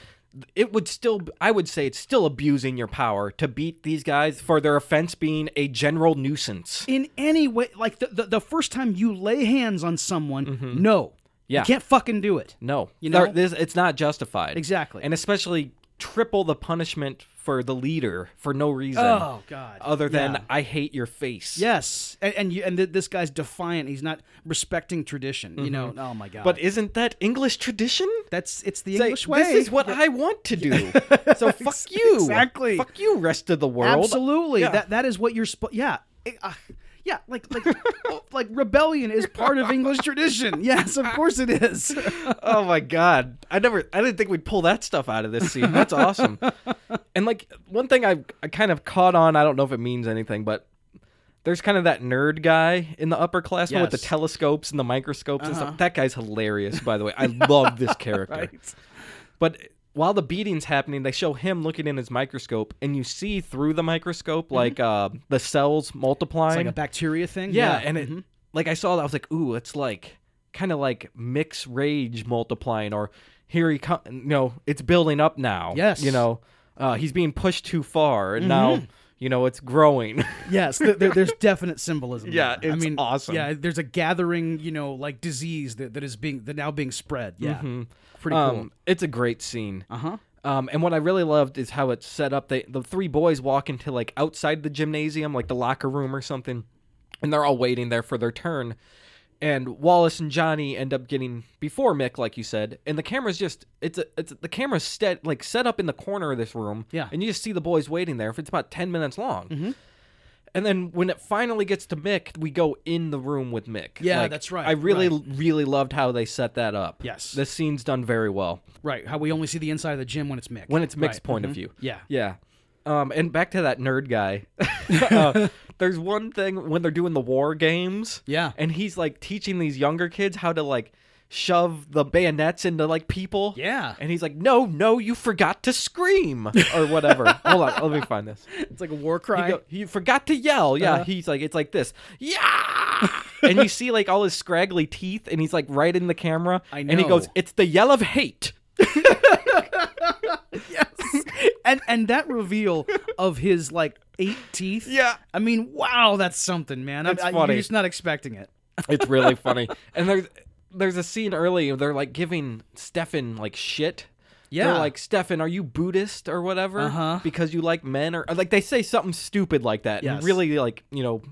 it would still I would say it's still abusing your power to beat these guys for their offense being a general nuisance. in any way like the, the, the first time you lay hands on someone no Mm-hmm. Yeah. you can't fucking do it No, You know? There- this, it's not justified. Exactly. and especially triple the punishment for the leader for no reason oh god other than Yeah. I hate your face. yes and and, you, and th- this guy's defiant he's not respecting tradition you know oh my god Mm-hmm. but isn't that English tradition? that's it's the Say, english way This is what I want to [laughs] do. so fuck you. Exactly. Fuck you, rest of the world. Absolutely. Yeah. That that is what you're supposed. Yeah. It- uh, yeah, like like [laughs] oh, like rebellion is part of English tradition. Yes, of course it [laughs] is. oh my god i never i didn't think we'd pull that stuff out of this scene that's awesome and like one thing i i kind of caught on i don't know if it means anything but there's kind of that nerd guy in the upperclassmen with the Yes. Uh-huh. telescopes and the microscopes and stuff that guy's hilarious by the way i love [laughs] this character but while the beating's happening they show him looking in his microscope and you see through the microscope like uh, the cells multiplying Mm-hmm. Like a bacteria thing. Mm-hmm. yeah, and it like I saw that I was like, ooh, it's like kind of like mix rage multiplying, or here he come. You know, it's building up now. Yes. Mm-hmm. you know, uh, he's being pushed too far, and now you know it's growing. [laughs] yes, th- there, there's definite symbolism. Yeah, there. I it's mean, awesome. Yeah, there's a gathering, you know, like disease that, that is being that now being spread. Yeah, pretty cool. Mm-hmm. um, it's a great scene. uh huh. Um, and what I really loved is how it's set up. They the three boys walk into like outside the gymnasium, like the locker room or something, and they're all waiting there for their turn. And Wallace and Johnny end up getting before Mick, like you said. And the camera's just it's a, it's the camera's set like set up in the corner of this room. Yeah. Mm-hmm. and you just see the boys waiting there for it's about ten minutes long. And then when it finally gets to Mick, we go in the room with Mick. Yeah, that's right, I really, really loved how they set that up. Yes. this scene's done very well Right, how we only see the inside of the gym when it's mixed. when it's Mick's Right. Mm-hmm. point of view. Yeah. Yeah. Um, and back to that nerd guy. [laughs] [laughs] Uh, there's one thing when they're doing the war games. Yeah. And he's like teaching these younger kids how to like shove the bayonets into like people. Yeah. And he's like, no, no, you forgot to scream or [laughs] whatever. Hold on. Let me find this. it's like a war cry. He, [laughs] go- he forgot to yell. Yeah. Uh-huh. He's like, it's like this. Yeah. [laughs] and you see like all his scraggly teeth and he's like right in the camera. I And he goes, know. it's the yell of hate. and and that reveal of his like eight teeth. Yeah. I mean, wow, that's something, man. It's I, I, funny. you're just not expecting it. It's really [laughs] funny. And there's there's a scene early where they're like giving Stefan like shit. Yeah. They're like, Stefan, are you Buddhist or whatever? Uh-huh. Because you like men or or, like they say something stupid like that. and Yes. Really like, you know,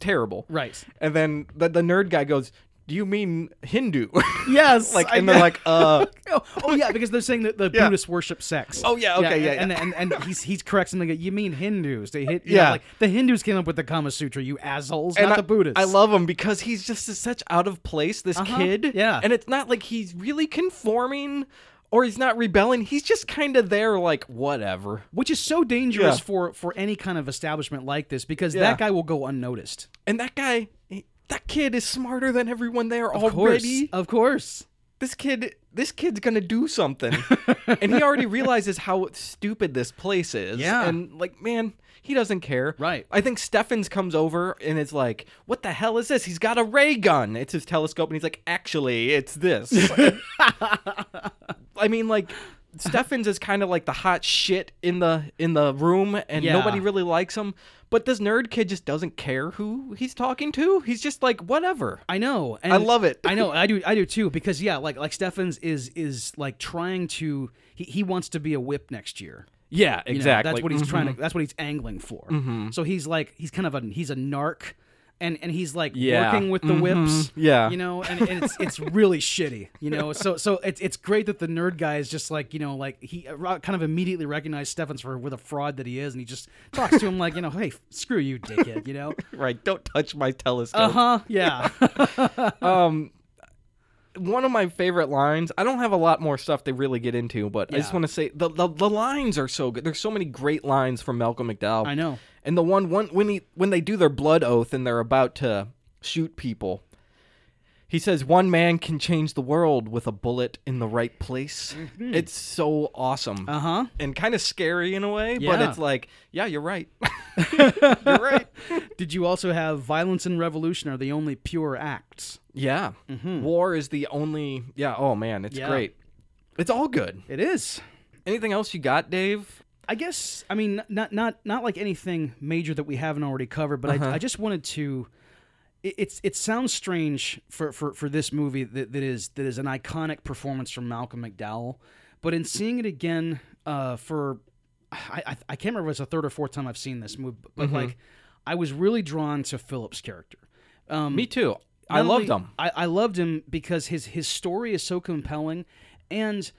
terrible. Right. And then the, the nerd guy goes, Do you mean Hindu? [laughs] Yes. like I and they're know. like, uh [laughs] oh, oh, yeah, because they're saying that the Yeah. Buddhists worship sex. Oh, yeah, okay, yeah, and, yeah. And, and and he's he's corrects them. Like, you mean Hindus? They hit. yeah, Yeah. like the Hindus came up with the Kama Sutra. You assholes, and not I, the Buddhists. I love him because he's just such out of place, this Uh-huh, kid. yeah. And it's not like he's really conforming or he's not rebelling. He's just kind of there like, whatever. which is so dangerous Yeah. for for any kind of establishment like this because Yeah. that guy will go unnoticed. And that guy, he- that kid is smarter than everyone there Of course, already. of course. This kid, this kid's gonna do something, [laughs] and he already realizes how stupid this place is. Yeah. and like, man, he doesn't care. Right. I think Steffens comes over and is like, "What the hell is this? He's got a ray gun. It's his telescope." And he's like, "Actually, it's this." [laughs] I mean, like. Steffens is kind of like the hot shit in the in the room, and Yeah. nobody really likes him. But this nerd kid just doesn't care who he's talking to. He's just like whatever. I know. And I love it. I know. I do. I do too. Because yeah, like like Steffens is is like trying to. He, he wants to be a whip next year. Yeah, You know, exactly. that's what he's trying to. That's what he's angling for. So he's like he's kind of a he's a narc, and and he's like Yeah. working with the whips. Yeah. you know, and, and it's it's really shitty. You know, so so it's it's great that the nerd guy is just like you know like he uh, kind of immediately recognized Steffens for with a fraud that he is, and he just talks to him like you know hey f- screw you dickhead you know Right. Don't touch my telescope. uh huh yeah One of my favorite lines. I don't have a lot more stuff to really get into, but I just Yeah. want to say the, the the lines are so good. There's so many great lines from Malcolm McDowell. I know. And the one one when he when they do their blood oath and they're about to shoot people. He says one man can change the world with a bullet in the right place. It's so awesome. uh huh. And kind of scary in a way, but Yeah. it's like, Uh-huh. yeah, you're right. [laughs] you're right. Did you also have violence and revolution are the only pure acts? Yeah. War is the only. Yeah. Oh, man. It's Mm-hmm. Yeah. great. It's all good. It is. Anything else you got, Dave? I guess I mean not not not like anything major that we haven't already covered, but I, I just wanted to. It, it's it sounds strange for, for, for this movie that, that is that is an iconic performance from Malcolm McDowell, but in seeing it again uh, for I, I I can't remember if it's a third or fourth time I've seen this movie, but like I was really drawn to Phillips' character. Um, Me too. I not loved only- him. I, I loved him because his his story is so compelling, and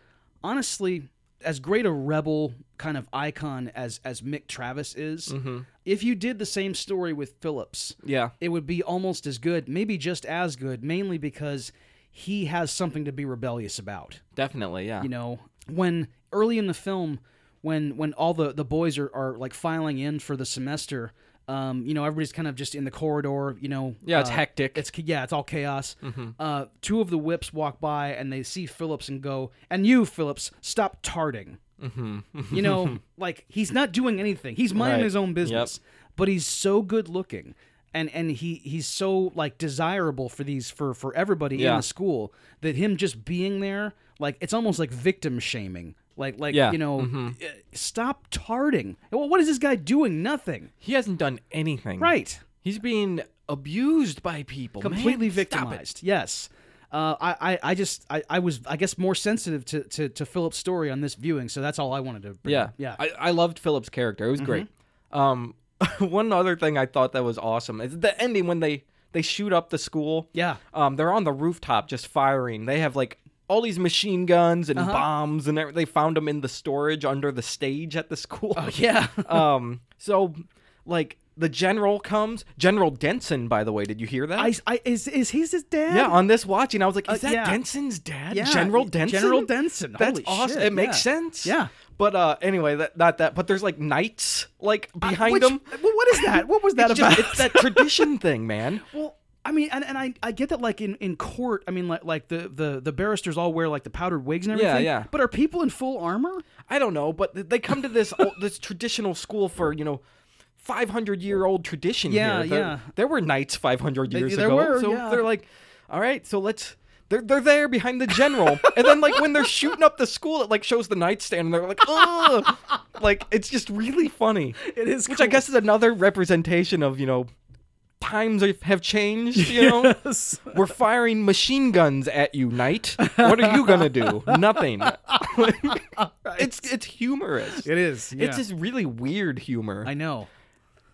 honestly, as great a rebel kind of icon as as Mick Travis is, Mm-hmm. if you did the same story with Phillips, Yeah. it would be almost as good, maybe just as good, mainly because he has something to be rebellious about Definitely, yeah. you know when early in the film when when all the the boys are, are like filing in for the semester um you know everybody's kind of just in the corridor you know Yeah, it's uh, hectic. it's yeah it's all chaos Mm-hmm. uh two of the whips walk by and they see phillips and go and you phillips stop tarting [laughs] you know like he's not doing anything he's minding Mm-hmm. Right. his own business but he's so good looking and and he he's so like desirable for these for for everybody in Yeah. the school that him just being there like it's almost like victim shaming like like Yeah. Mm-hmm. you know eh, stop tarting well what is this guy doing nothing He hasn't done anything. right He's being abused by people. man. completely Stop it. victimized yes uh, I, I, I just I, I was I guess more sensitive to, to, to Philip's story on this viewing, so that's all I wanted to bring. Yeah, up. yeah. Mm-hmm. I, I loved Philip's character. It was great. Um, [laughs] one other thing I thought that was awesome is the ending when they they shoot up the school. Yeah. Um, they're on the rooftop just firing. They have like all these machine guns Uh-huh. and bombs and everything. They found them in the storage under the stage at the [laughs] school. Oh, yeah. um, so like the general comes, General Denson. By the way, did you hear that? I, I is is he's his dad? yeah, on this watching, I was like, "Is that Uh, yeah. Denson's dad? Yeah, General y- Denson? General Denson. That's Holy awesome. shit, It makes yeah. sense. Yeah. But uh, anyway, that not that. But there's like knights like behind Which- them. Well, what is that? What was [laughs] that It's about? just- [laughs] it's that tradition thing, man. well, I mean, and, and I, I get that like in, in court, I mean like like the, the the barristers all wear like the powdered wigs and Yeah, everything. yeah. But are people in full armor? I don't know, but th- they come to this this traditional school for you know. 500 year old tradition Yeah, here. There, yeah. there were knights 500 years there ago. were, so yeah. they're like, all right, so let's. They're, they're there behind the general. and then, like, when they're shooting up the school, it, like, shows the nightstand, and they're like, ugh. like, it's just really funny. It is Which I guess is another representation of, you know, times have- have changed, you [laughs] know? We're firing machine guns at you, knight. What are you gonna do? [laughs] Nothing. it's it's humorous. It is. It's just really weird humor. I know.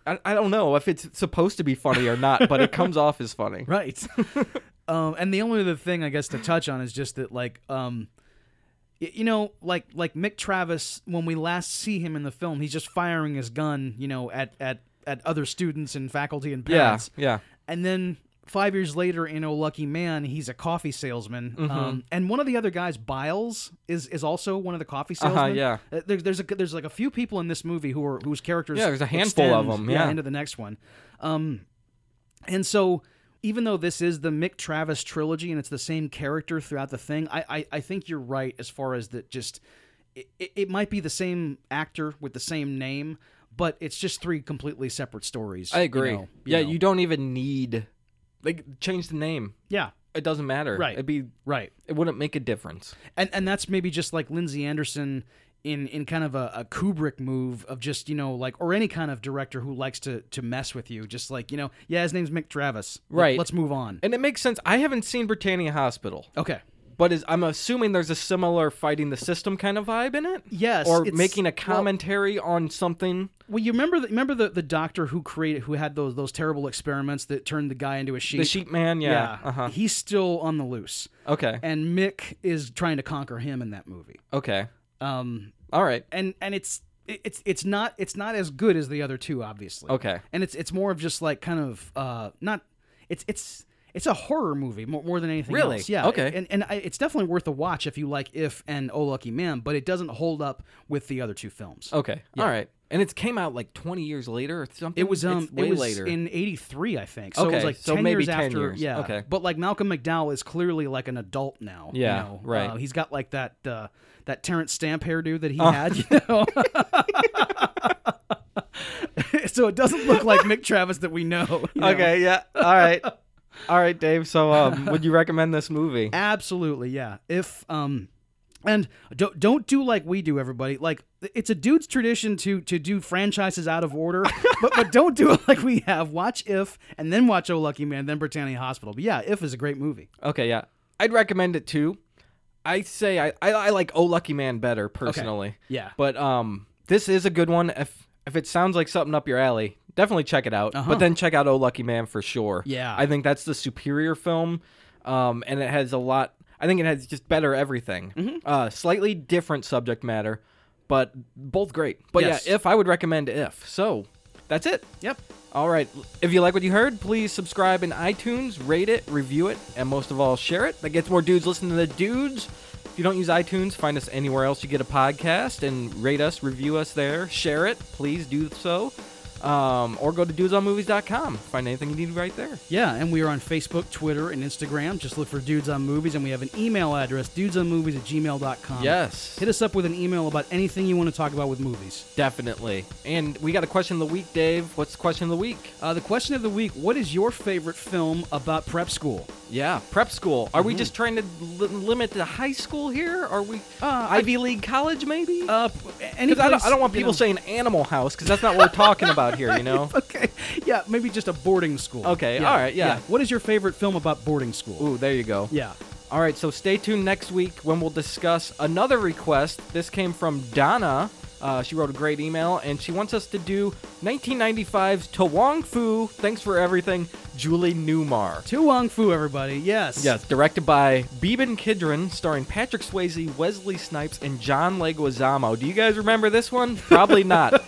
I, I don't know if it's supposed to be funny or not, but it comes off as funny. Right. [laughs] um, and the only other thing I guess to touch on is just that like um y- you know, like like Mick Travis, when we last see him in the film, he's just firing his gun, you know, at at, at other students and faculty and Yeah, parents. yeah. And then five years later, in Oh Lucky Man, he's a coffee salesman. Mm-hmm. Um, and one of the other guys, Biles, is is also one of the coffee salesmen. Uh-huh, yeah. Uh, There's there's a, there's like a few people in this movie who are whose characters Yeah, there's a handful of extend, them, yeah. into the next one. Um, and so. Even though this is the Mick Travis trilogy and it's the same character throughout the thing, I I, I think you're right as far as that just it, it- it might be the same actor with the same name, but it's just three completely separate stories. I you agree. know, you yeah, know. you don't even need like change the name. yeah It doesn't matter. Right. It'd be right. it wouldn't make a difference. and and that's maybe just like Lindsay Anderson in in kind of a, a Kubrick move of just you know like or any kind of director who likes to to mess with you, just like you know yeah his name's Mick Travis, Let- Right. Let's move on. And it makes sense. I haven't seen Britannia Hospital. Okay, But is I'm assuming there's a similar fighting the system kind of vibe in it. Yes, or it's- making a well- commentary on something. well you remember the, remember the, the doctor who created who had those those terrible experiments that turned the guy into a sheep. The sheep man, yeah. Uh huh. he's still on the loose, Okay. and Mick is trying to conquer him in that movie. Okay. Um, All right. and and it's it's it's not it's not as good as the other two, obviously. Okay. and it's it's more of just like kind of uh not it's it's it's a horror movie more, more than anything Really? else. Yeah. Okay. And and I, it's definitely worth a watch if you like If and Oh Lucky Man, but it doesn't hold up with the other two films. Okay. All right. And it came out like 20 years later or something. It was um It's way it was later. in '83, I think. So it was Okay, like so ten maybe years 10 after. years. Yeah. Okay. But like Malcolm McDowell is clearly like an adult now. you Yeah, know? right. Oh. Uh, he's got like that uh, that Terrence Stamp hairdo that he had. You [laughs] know. [laughs] so it doesn't look like Mick Travis that we know. you know? okay. Yeah. All right. All right, Dave. So, um, would you recommend this movie? Absolutely, yeah. If um And don't don't do like we do, everybody. Like it's a dude's tradition to to do franchises out of [laughs] order, but but don't do it like we have. Watch If, and then watch Oh Lucky Man, then Britannia Hospital. But yeah, If is a great movie. Okay, yeah. I'd recommend it too. I say I, I, I like Oh Lucky Man better personally. Yeah. But um this is a good one. If if it sounds like something up your alley, definitely check it out. But then check out Oh Lucky Man for sure. Uh-huh. Yeah. I think that's the superior film. Um and it has a lot I think it has just better everything. Mm-hmm. Uh slightly different subject matter, but both great. But Yes. yeah, if I would recommend if. So that's it. Yep. All right. If you like what you heard, please subscribe in iTunes, rate it, review it, and most of all, share it. That gets more dudes listening to the dudes. If you don't use iTunes, find us anywhere else you get a podcast and rate us, review us there, share it. Please do so. Um, or go to dudesonmovies.com. Find anything you need right there. Yeah, and we are on Facebook, Twitter, and Instagram. Just look for Dudes on Movies, and we have an email address, dudesonmovies at gmail.com. Yes. Hit us up with an email about anything you want to talk about with movies. Definitely. And we got a question of the week, Dave. What's the question of the week? Uh, the question of the week What is your favorite film about prep school? Yeah, prep school. Are we just trying to li- limit to high school here? Are we Uh, Ivy League college maybe? Uh, p- any 'Cause I don't, place- I don't want you people know- saying animal house because that's not what we're talking about here, [laughs] you know? Okay. Yeah, maybe just a boarding school. Okay, all right, yeah. What is your favorite film about boarding school? Ooh, there you go. Yeah. All right, so stay tuned next week when we'll discuss another request. This came from Donna. Uh, she wrote a great email, and she wants us to do 1995's To Wong Fu, Thanks for Everything, Julie Newmar. Tu Wong Fu, everybody. Yes. Yes, directed by Beeben Kidron, starring Patrick Swayze, Wesley Snipes, and John Leguizamo. Do you guys remember this one? [laughs] Probably not.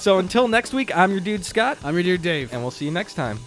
so until next week, I'm your dude, Scott, I'm your dear Dave. and we'll see you next time.